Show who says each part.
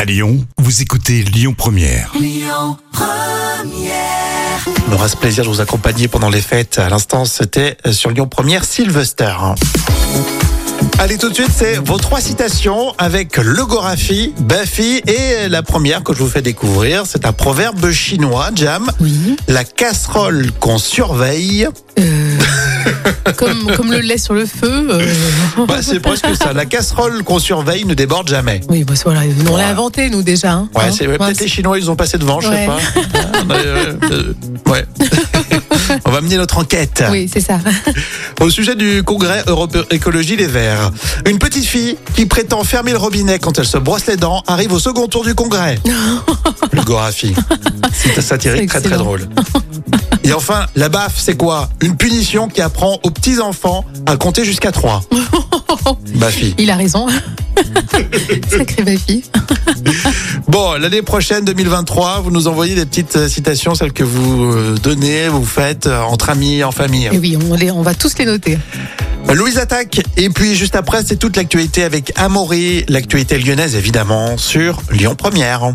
Speaker 1: À Lyon, vous écoutez Lyon Première.
Speaker 2: On aura ce plaisir de vous accompagner pendant les fêtes. À l'instant, c'était euh, sur Lyon Première, Sylvester. Allez, tout de suite, c'est vos trois citations avec le Gorafi, Bafi et la première que je vous fais découvrir. C'est un proverbe chinois, Jam.
Speaker 3: Oui.
Speaker 2: La casserole qu'on surveille,
Speaker 3: Comme, comme le lait sur le feu. euh,
Speaker 2: bah, c'est presque ça. La casserole qu'on surveille ne déborde jamais.
Speaker 3: Oui, bah, c'est- voilà, on l'a inventé, nous, déjà. hein.
Speaker 2: Ouais,
Speaker 3: Hein,
Speaker 2: c'est ouais, peut-être
Speaker 3: mince.
Speaker 2: les Chinois, ils ont passé devant, je sais
Speaker 3: Ouais.
Speaker 2: pas. Ouais, euh, euh, ouais. On va mener notre enquête.
Speaker 3: Oui, c'est ça.
Speaker 2: Au sujet du congrès Europe Écologie Les Verts, une petite fille qui prétend fermer le robinet quand elle se brosse les dents arrive au second tour du congrès. Le Gorafi. C'est satirique
Speaker 3: C'est
Speaker 2: très très
Speaker 3: excellent.
Speaker 2: drôle. Et enfin, la baffe, c'est quoi Une punition qui apprend aux petits-enfants à compter jusqu'à 3. Bafi.
Speaker 3: Il a raison. Sacré ma fille.
Speaker 2: Bon, l'année prochaine, 2023, vous nous envoyez des petites euh, citations, celles que vous euh, donnez, vous faites euh, entre amis, en famille.
Speaker 3: Et oui, on, les, on va tous les noter.
Speaker 2: Louise attaque. Et puis juste après, c'est toute l'actualité avec Amaury, l'actualité lyonnaise évidemment sur Lyon Première.